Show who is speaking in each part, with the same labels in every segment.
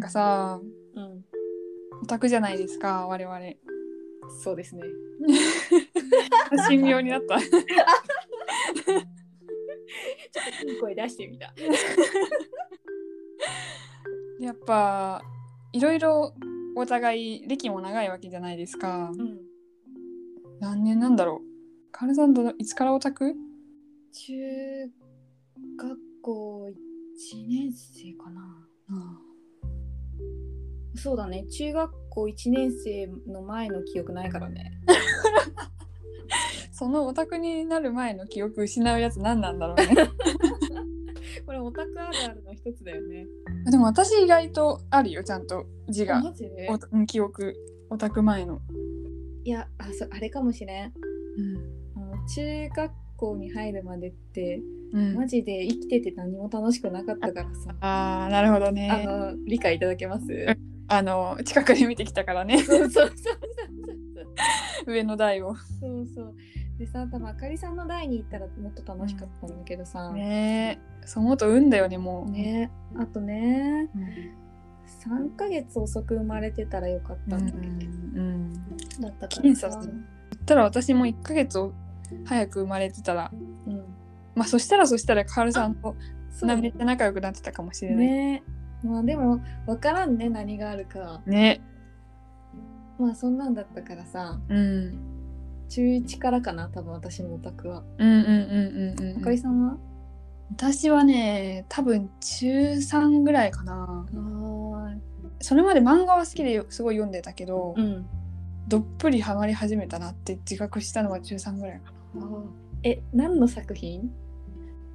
Speaker 1: かさ
Speaker 2: うん。
Speaker 1: オタクじゃないですか我 々
Speaker 2: そうですね。
Speaker 1: 神妙になった
Speaker 2: いい声出してみた。
Speaker 1: やっぱいろいろお互い歴も長いわけじゃないですか
Speaker 2: うん。
Speaker 1: 何年なんだろうカールさんどのいつからオタク
Speaker 2: 中学校1年生かな。そうだね。中学校1年生の前の記憶ないからね。
Speaker 1: そのオタクになる前の記憶失うやつ何なんだろうね
Speaker 2: これオタクあるあるの一つだよね。
Speaker 1: でも私意外とあるよちゃんと字が
Speaker 2: マジで
Speaker 1: おうん記憶オタク前の、
Speaker 2: いやあそうあれかもしれん。あの中学校に入るまでって
Speaker 1: うん
Speaker 2: マジで生きてて何も楽しくなかったからさ。
Speaker 1: ああなるほどね
Speaker 2: あの理解いただけます。
Speaker 1: あの近くで見てきたからね
Speaker 2: そうそうそうそうそう。
Speaker 1: 上の台を
Speaker 2: そうそう。でさ、多分あかりさんの代に行ったらもっと楽しかったんだけどさ。
Speaker 1: ねえそう思うと運だよねもう
Speaker 2: ねあとね、
Speaker 1: うん
Speaker 2: 3ヶ月遅く生まれてたらよかっ
Speaker 1: う
Speaker 2: た
Speaker 1: ん
Speaker 2: ん
Speaker 1: う
Speaker 2: だけ
Speaker 1: ん
Speaker 2: ど、だったから
Speaker 1: 僅
Speaker 2: さ
Speaker 1: 差だね言ったら私も1ヶ月を早く生まれてたら
Speaker 2: うん。
Speaker 1: まあそしたらそしたらカールさんと
Speaker 2: そう
Speaker 1: なめっちゃ仲良くなってたかもしれないね
Speaker 2: ねまあでも、わからんね、何があるか。まあそんなんだったからさ、
Speaker 1: うん、
Speaker 2: 中1からかな、多分私のオタクは。
Speaker 1: うんうんうんうん
Speaker 2: あ
Speaker 1: うん
Speaker 2: かりさんは
Speaker 1: 私はね多分中3ぐらいかな
Speaker 2: は
Speaker 1: それまで漫画は好きですごい読んでたけど、
Speaker 2: うん。
Speaker 1: どっぷりハマり始めたなって自覚したのが中3ぐらいかな
Speaker 2: あーえ、何の作品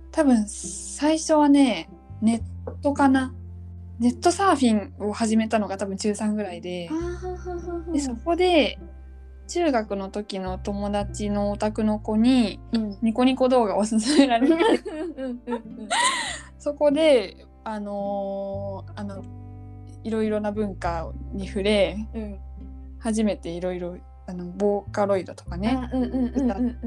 Speaker 1: 多分最初はねネットかなネットサーフィンを始めたのが多分中3ぐらいで
Speaker 2: あははは
Speaker 1: でそこで中学の時の友達のお宅の子に
Speaker 2: うん。
Speaker 1: ニコニコ動画を勧められて そこであのーあのいろいろな文化に触れ
Speaker 2: うん
Speaker 1: 初めていろいろあのボーカロイドとかね
Speaker 2: あうんうんうんうんうん。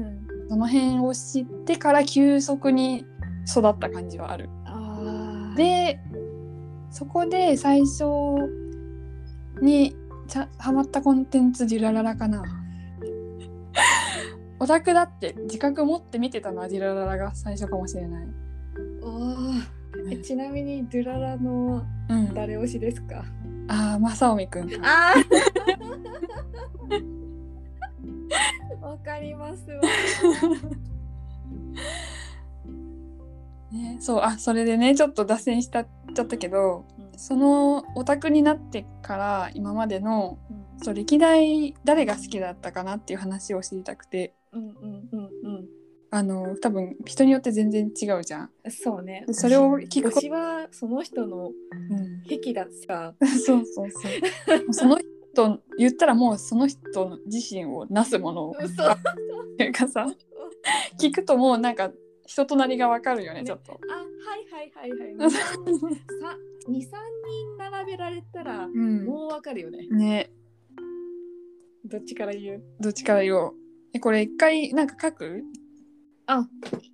Speaker 1: その辺を知ってから急速に育った感じはある。
Speaker 2: あー、
Speaker 1: でそこで最初にちゃハマったコンテンツデュラララか な。オタクだって自覚持って見てたのはデュラララが最初かもしれない。
Speaker 2: あーえちなみにドゥララの
Speaker 1: うん、
Speaker 2: 誰推しですか？
Speaker 1: ああ正臣 くんか。
Speaker 2: ああ。わかりますわ。
Speaker 1: ね、そうあそれでねちょっと脱線したっちゃったけど
Speaker 2: うん
Speaker 1: そのオタクになってから今までの
Speaker 2: うん
Speaker 1: そう歴代誰が好きだったかなっていう話を知りたくて
Speaker 2: うんうんうん
Speaker 1: あの多分人によって全然違うじゃん。
Speaker 2: うん。そうね。
Speaker 1: それを聞くこ
Speaker 2: 推しはその人の
Speaker 1: うん、
Speaker 2: 癖ださ。
Speaker 1: そうそう そう。その人言ったらもうその人自身をなすものを
Speaker 2: 嘘。あ
Speaker 1: っていうか さ聞くともうなんか人となりがわかるよね
Speaker 2: ね
Speaker 1: ちょっと。
Speaker 2: はいはいはい はい。さ二三人並べられたら
Speaker 1: うん、
Speaker 2: もうわかるよね。
Speaker 1: ね
Speaker 2: どっちから言う？
Speaker 1: どっちから言おう。えこれ一回なんか書く、
Speaker 2: あ、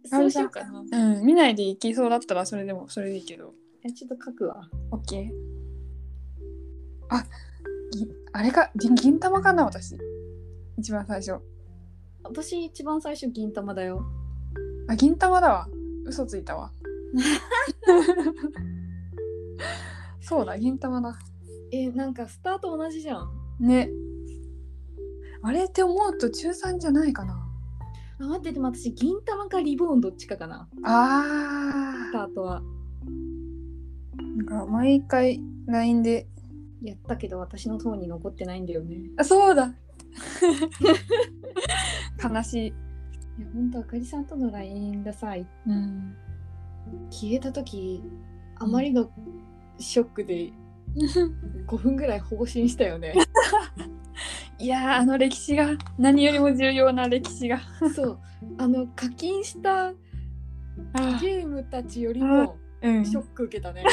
Speaker 2: そうしようかな。
Speaker 1: うん、見ないでいきそうだったらそれでもそれでいいけど。
Speaker 2: えちょっと書くわ。
Speaker 1: OK。あぎあれか銀銀玉かな私。一番最初。
Speaker 2: 私一番最初銀玉だよ。
Speaker 1: あ銀玉だわ嘘ついた わそうだ銀玉だ
Speaker 2: えなんかスタート同じじゃん。
Speaker 1: ねあれって思うと中3じゃないかな
Speaker 2: あ待ってでも私銀玉かリボーンどっちかかな。スタ
Speaker 1: あ
Speaker 2: ートは
Speaker 1: ーなんか毎回 LINE で
Speaker 2: やったけど私の方に残ってないんだよね。
Speaker 1: あそう だ悲しい、
Speaker 2: いや本当あかりさんとの LINE がさ
Speaker 1: うん、
Speaker 2: 消えた時あまりのショックで5分ぐらい放心したよね。
Speaker 1: いやーあの歴史が何よりも重要な歴史が
Speaker 2: そうあの課金した
Speaker 1: あー
Speaker 2: ゲームたちよりも
Speaker 1: うん
Speaker 2: ショック受けたね。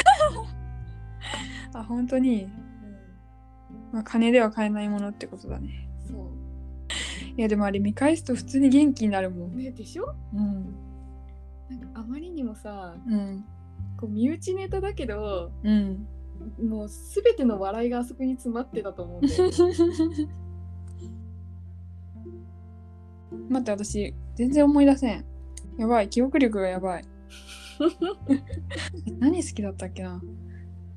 Speaker 1: あ本当に、
Speaker 2: う
Speaker 1: まあ、金では買えないものってことだね
Speaker 2: ん、そう
Speaker 1: いやでもあれ見返すと普通に元気になるもん
Speaker 2: ねでしょ
Speaker 1: うん
Speaker 2: なんかあまりにもさ
Speaker 1: うん
Speaker 2: こう身内ネタだけど
Speaker 1: うん
Speaker 2: もう全ての笑いがあそこに詰まってたと思うんで
Speaker 1: 待って私全然思い出せんやばい記憶力がやばい 何好きだったっけな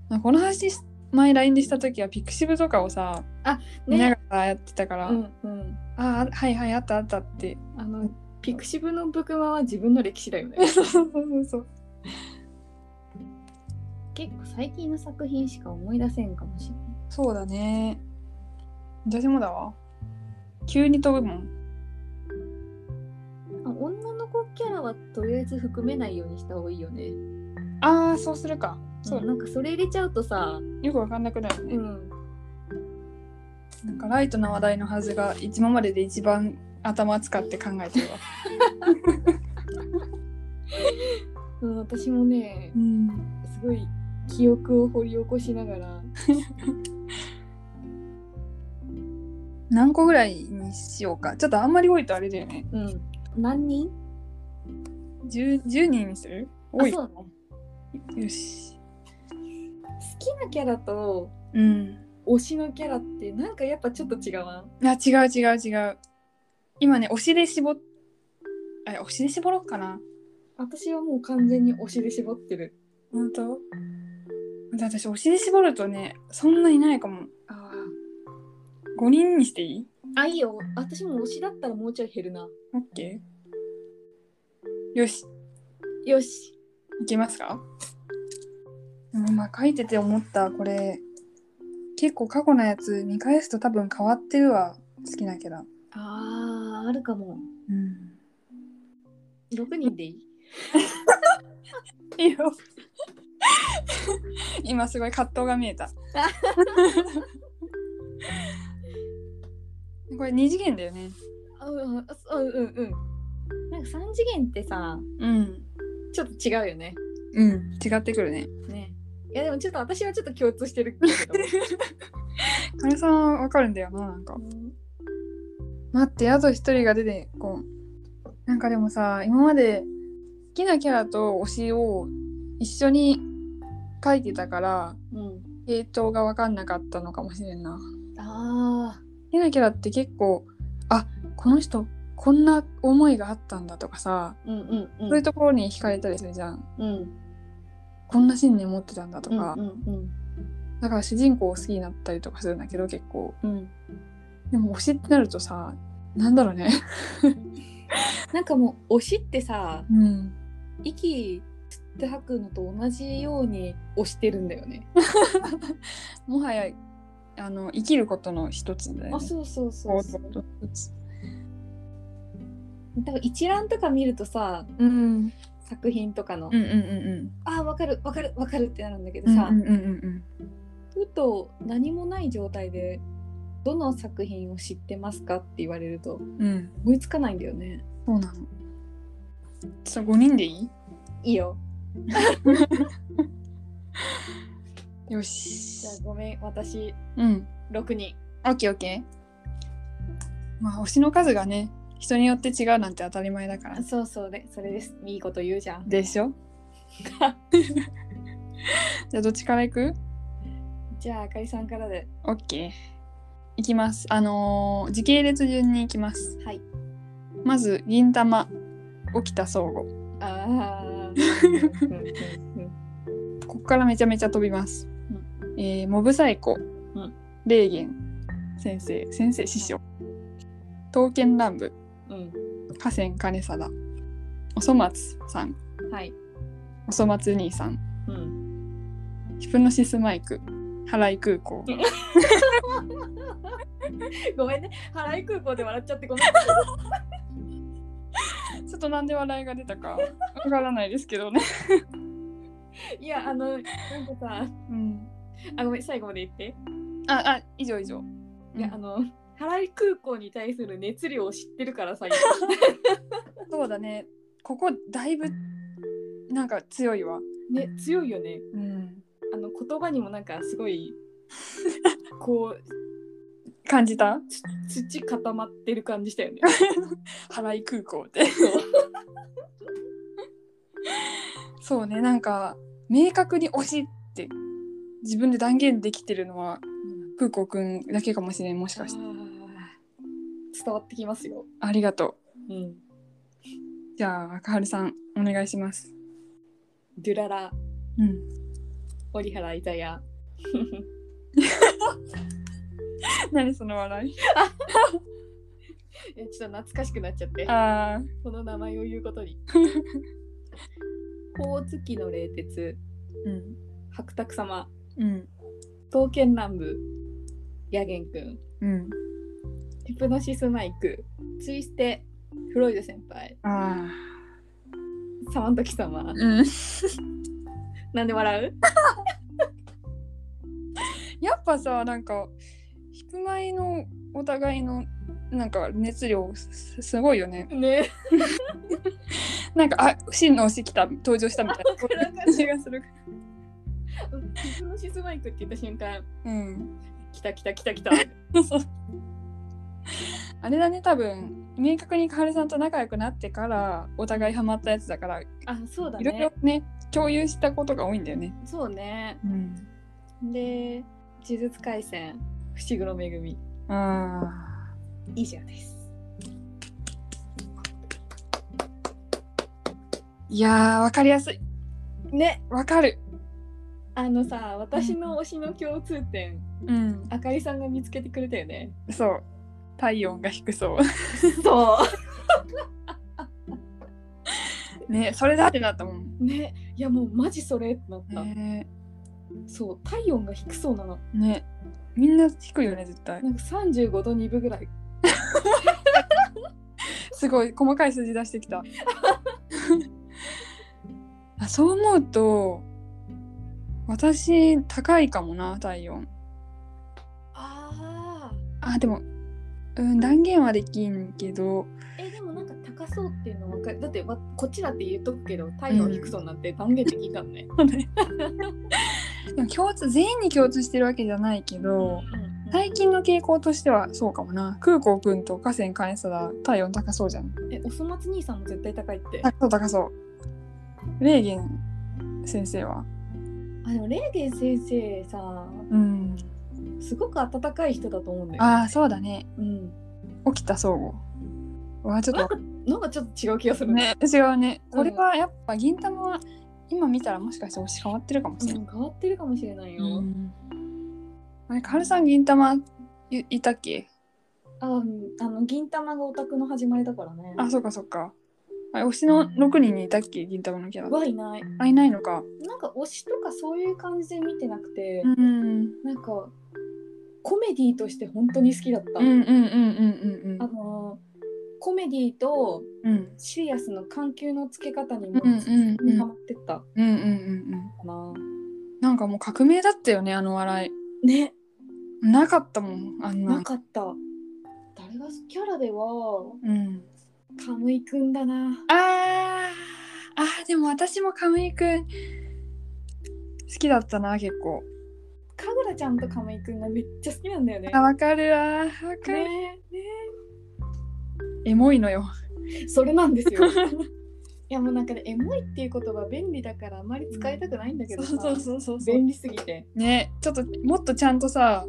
Speaker 1: なんかこの話し前 LINE でした時はピクシブとかをさ、
Speaker 2: あ
Speaker 1: 見な
Speaker 2: ね
Speaker 1: がらやってたから、
Speaker 2: うんうん
Speaker 1: ああはいはいあったあったって
Speaker 2: あのピクシブのブクマは自分の歴史だよね
Speaker 1: そうそうそうそう
Speaker 2: 結構最近の作品しか思い出せんかもしれない
Speaker 1: そうだね私もだわ急に飛ぶもん
Speaker 2: あ女の子キャラはとりあえず含めないようにした方がいいよね
Speaker 1: ああそうするかそうだ
Speaker 2: なんかそれ入れちゃうとさ、
Speaker 1: よくわかんなくなるね、
Speaker 2: うん、
Speaker 1: なんかライトな話題のはずが今までで一番頭使って考えてるわ。
Speaker 2: うん、私もね
Speaker 1: うん、
Speaker 2: すごい記憶を掘り起こしながら
Speaker 1: 何個ぐらいにしようか。ちょっとあんまり多いとあれだよね。
Speaker 2: うん何人
Speaker 1: 10, 10人にする多い。
Speaker 2: あ
Speaker 1: よ
Speaker 2: そうね
Speaker 1: し。
Speaker 2: 好きなキャラと
Speaker 1: うん。
Speaker 2: 推しのキャラってなんかやっぱちょっと違うわ
Speaker 1: あ違う違う違う。今ね、推しで絞っ、あ推しで絞ろうかな。
Speaker 2: 私はもう完全に推しで絞ってる
Speaker 1: 本当だって私推しで絞るとね、そんないないかも。
Speaker 2: あ
Speaker 1: 5人にしていい
Speaker 2: あいいよ私も推しだったらもうちょい減るな
Speaker 1: ?OK。よし。
Speaker 2: よし
Speaker 1: いけますかでもまあ書いてて思ったこれ結構過去のやつ見返すと多分変わってるわ好きなキャラ
Speaker 2: あーあるかも
Speaker 1: うん
Speaker 2: 6人でいい
Speaker 1: いいよ 今すごい葛藤が見え たこれ二次元だよね
Speaker 2: あうんあそううんうんなんか3次元ってさ
Speaker 1: うん
Speaker 2: ちょっと違うよね
Speaker 1: うん違ってくるね
Speaker 2: ねいやでもちょっと私はちょっと共通してる けど
Speaker 1: あれさんわかるんだよななんか待ってあと一人が出てこうなんかでもさ今まで好きなキャラと推しを一緒に書いてたから
Speaker 2: うん
Speaker 1: 系統が分かんなかったのかもしれんな
Speaker 2: あ
Speaker 1: 好きなキャラって結構あこの人こんな思いがあったんだとかさ
Speaker 2: ーうんうんうん
Speaker 1: そういうところに惹かれたりするじゃん
Speaker 2: うん
Speaker 1: こんな信念持ってたんだと
Speaker 2: うん
Speaker 1: か、
Speaker 2: うん
Speaker 1: だから主人公を好きになったりとかするんだけど結構
Speaker 2: うん
Speaker 1: でも推しってなるとさなんだろうね
Speaker 2: なんかもう推しってさ
Speaker 1: うん
Speaker 2: 息吸って吐くのと同じように推してるんだよね。
Speaker 1: もはやあの生きることの一つだよね
Speaker 2: あそうそうそ
Speaker 1: そうう
Speaker 2: そ
Speaker 1: そうう。
Speaker 2: 多分一覧とか見るとさ
Speaker 1: うん。
Speaker 2: 作品とかの、
Speaker 1: うんうんうん
Speaker 2: あーわかるわかるわかるってなるんだけ
Speaker 1: う
Speaker 2: ど
Speaker 1: ん。
Speaker 2: さ、
Speaker 1: うんうんうん
Speaker 2: ふと何もない状態で「どの作品を知ってますか?」って言われると
Speaker 1: うん。うん。
Speaker 2: 思いつかないんだよね。
Speaker 1: そうなの。ちょっと5人でいい
Speaker 2: いいよ
Speaker 1: よ
Speaker 2: じ
Speaker 1: し
Speaker 2: ゃあ。ごめん私
Speaker 1: うん。
Speaker 2: 6人。
Speaker 1: オッケーオッケー。まあ、推しの数がね、人によって違うなんて当たり前だから。
Speaker 2: そうそうでそれですいいこと言うじゃん。
Speaker 1: でし ょじゃあ、どっちからいく
Speaker 2: じゃああかりさんからで。
Speaker 1: オッケー。いきます。あのー時系列順にいきます。
Speaker 2: はい。
Speaker 1: まず、銀玉、沖田総合。
Speaker 2: ああ。うんうんうんうん
Speaker 1: ここからめちゃめちゃ飛びます。
Speaker 2: うん
Speaker 1: えーモブサイコ、
Speaker 2: うん
Speaker 1: 霊元先生先生師匠刀剣乱舞
Speaker 2: う
Speaker 1: 河川兼貞おそ松さん
Speaker 2: ん、はい。
Speaker 1: おそ松兄さん
Speaker 2: うん。
Speaker 1: ヒプノシスマイク原井空港
Speaker 2: ごめんね。原井空港で笑っちゃってごめん。
Speaker 1: ちょっとなんで笑いが出たかわからないですけどね、
Speaker 2: いや、あの、なんかさ、
Speaker 1: うん、
Speaker 2: あ、ごめん、最後まで言って。
Speaker 1: ああ以上以上
Speaker 2: いや、あの、原井空港に対する熱量を知ってるから さ。今
Speaker 1: そうだねここだいぶなんか強いわ、
Speaker 2: ね、強いよね。
Speaker 1: うん、
Speaker 2: あの、言葉にもなんかすご い。こう、
Speaker 1: 感じた
Speaker 2: つ土固まってる感じしたよね。
Speaker 1: 原井空港ってそうねなんか明確に推しって自分で断言できてるのはプーコーくんだけかもしれんもしかして
Speaker 2: あー伝わってきますよ。
Speaker 1: ありがと
Speaker 2: うん。
Speaker 1: うじゃあ赤春さんお願いします
Speaker 2: ドゥララ、
Speaker 1: うん
Speaker 2: 折原イタヤ。
Speaker 1: 何その笑い
Speaker 2: いやちょっと懐かしくなっちゃって、
Speaker 1: あー
Speaker 2: この名前を言うこと に。甲月の冷徹、
Speaker 1: うん
Speaker 2: 白沢様、
Speaker 1: うん
Speaker 2: 刀剣乱舞、ヤゲンくん、
Speaker 1: うん
Speaker 2: ヒプノシスマイク、ツイステ、フロイド先輩、
Speaker 1: あ
Speaker 2: サマントキ様
Speaker 1: ー。うん
Speaker 2: なんで笑う
Speaker 1: やっぱさなんかヒプマイのお互いのなんか熱量すすごいよね
Speaker 2: ね
Speaker 1: なんかあ真の推し来た登場したみたい
Speaker 2: わか
Speaker 1: な
Speaker 2: る
Speaker 1: 感じがする
Speaker 2: ヒプノシスマイクって言った瞬間、
Speaker 1: うん
Speaker 2: 来た来た来た来た。
Speaker 1: そうあれだね多分明確にカエルさんと仲良くなってからお互いハマったやつだからい
Speaker 2: あ、そうだ
Speaker 1: ろいろ
Speaker 2: ね。
Speaker 1: ね共有したことが多いんだよね
Speaker 2: そうね。
Speaker 1: うん
Speaker 2: で、呪術廻戦、伏黒恵み、
Speaker 1: あ
Speaker 2: 以上です。
Speaker 1: ーいやーわかりやすい
Speaker 2: ね、
Speaker 1: わかる
Speaker 2: あのさ、私の推しの共通点、
Speaker 1: うん
Speaker 2: あかりさんが見つけてくれたよね。
Speaker 1: そう体温が低そ
Speaker 2: そう
Speaker 1: ねそれだってなったもん
Speaker 2: う。ね、いやもうマジそれってなった。
Speaker 1: ね
Speaker 2: そう、体温が低そうなの。
Speaker 1: ねみんな低いよね絶対
Speaker 2: なんか35度2分ぐらい。
Speaker 1: すごい細かい数字出してきたあそう思うと私高いかもな体温
Speaker 2: ああ。
Speaker 1: あでもうん断言はできんけど
Speaker 2: えでもなんか高そうっていうのは分かるだってわこっちだって言っとくけど体温低そうなんて断言できたのね、
Speaker 1: でも共通全員に共通してるわけじゃないけど最近の傾向としてはそうかもな空港くんと河川関さだ体温高そうじゃん
Speaker 2: えおそ松兄さんも絶対高いってあ
Speaker 1: 高そう高そうレーゲン先生は
Speaker 2: でもレーゲン先生さ
Speaker 1: うん
Speaker 2: すごく温かい人だと思うんだよ、
Speaker 1: ああそうだね
Speaker 2: うん、
Speaker 1: 起きた相互はちょっと
Speaker 2: なんかちょっと違う気がする
Speaker 1: ね、違うね。これはやっぱ銀玉は今見たらもしかして推し変わってるかも
Speaker 2: う
Speaker 1: しれない。
Speaker 2: ん、変わってるかもしれないよ、
Speaker 1: うんあれ、カルさん銀玉いいたっけ
Speaker 2: あうんあの銀玉がオタクの始まりだからね
Speaker 1: あ、そうかそうか。あれ、推しの6人にいたっけ銀玉のキャラ。
Speaker 2: はいない
Speaker 1: あ、いないのか。
Speaker 2: なんか推しとかそういう感じで見てなくて、
Speaker 1: うん。うん
Speaker 2: なんかコメディとして本当に好きだった、
Speaker 1: うんうんうんうん
Speaker 2: あのーコメディと
Speaker 1: うん。うん
Speaker 2: シリアスの緩急のつけ方にも
Speaker 1: うんうんうん
Speaker 2: ハマってったか
Speaker 1: うんうんうん
Speaker 2: な。
Speaker 1: なんかもう革命だったよねあの笑
Speaker 2: ね、
Speaker 1: いなかったもんあんな
Speaker 2: なかった。誰がキャラでは、
Speaker 1: うん
Speaker 2: カムイくんだな。
Speaker 1: あーあーでも私もカムイくん好きだったな結構
Speaker 2: かぐらちゃんとカムイくんがめっちゃ好きなんだよね。
Speaker 1: あ、わかるわ。わかる。
Speaker 2: ね、
Speaker 1: エモいのよ。
Speaker 2: それなんですよ。 いやもうなんかね、エモいっていう言葉便利だからあんまり使いたくないんだけどさ、
Speaker 1: そうそう
Speaker 2: 便利すぎて。
Speaker 1: ね、ちょっともっとちゃんとさ、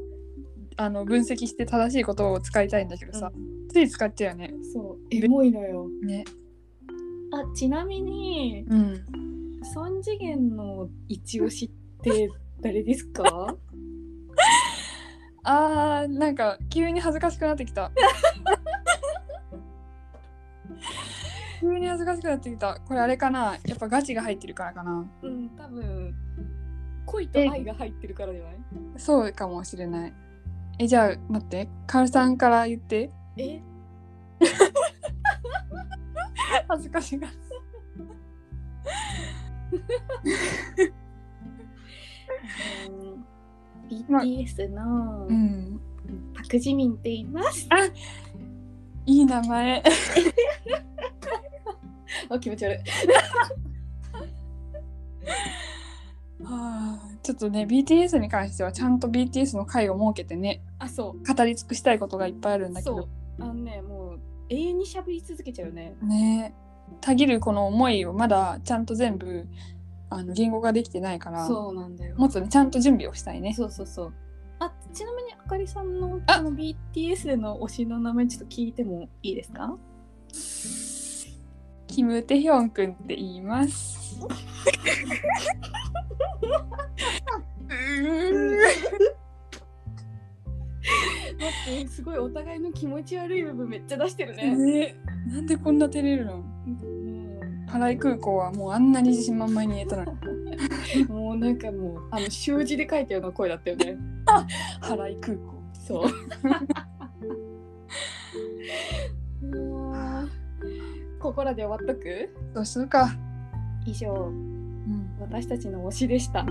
Speaker 1: あの分析して正しいことを使いたいんだけどさ、つい使っちゃうよね。
Speaker 2: そう、エモいのよ。
Speaker 1: ね。
Speaker 2: あ、ちなみに、
Speaker 1: うん。
Speaker 2: 三次元の一押しって誰です か
Speaker 1: あー、なんか急に恥ずかしくなってき た。急に恥ずかしくなってきた。これあれかなやっぱガチが入ってるからかな
Speaker 2: うん、多分恋と愛が入ってるからじゃない
Speaker 1: そうかもしれない。え、じゃあ待って。カールさんから言って。
Speaker 2: え
Speaker 1: 恥ずかしが。まあ
Speaker 2: BTS の
Speaker 1: うん。
Speaker 2: パク・ジミンって言います。
Speaker 1: いい名前。
Speaker 2: あ気持ち悪い。
Speaker 1: ちょっとね BTS に関してはちゃんと BTS の回を設けてね
Speaker 2: あそ
Speaker 1: 語り尽くしたいことがいっぱいあるんだ
Speaker 2: う
Speaker 1: け
Speaker 2: そ
Speaker 1: ど
Speaker 2: うあのねもう永遠に喋り続けちゃうよね。
Speaker 1: ねたぎるこの思いをまだちゃんと全部あの言語ができてないから
Speaker 2: そうなんだよ
Speaker 1: もっとねちゃんと準備をしたいね
Speaker 2: そうそうそうあちなみにあかりさんの
Speaker 1: あ
Speaker 2: あの BTS での推しの名前ちょっと聞いてもいいですか
Speaker 1: キム・テヒョンくんって言います。
Speaker 2: 待ってすごいお互いの気持ち悪い部分めっちゃ出してる ね。
Speaker 1: ね、なんでこんな照れるのパライ空港はもうあんなに自信満々に言えたのに。
Speaker 2: もうなんかもうあの習字で書いたような声だったよね。
Speaker 1: パライ空港。
Speaker 2: そう。ここらで終わっとく
Speaker 1: どうするか。
Speaker 2: 以上
Speaker 1: うん
Speaker 2: 私たちの推しでした。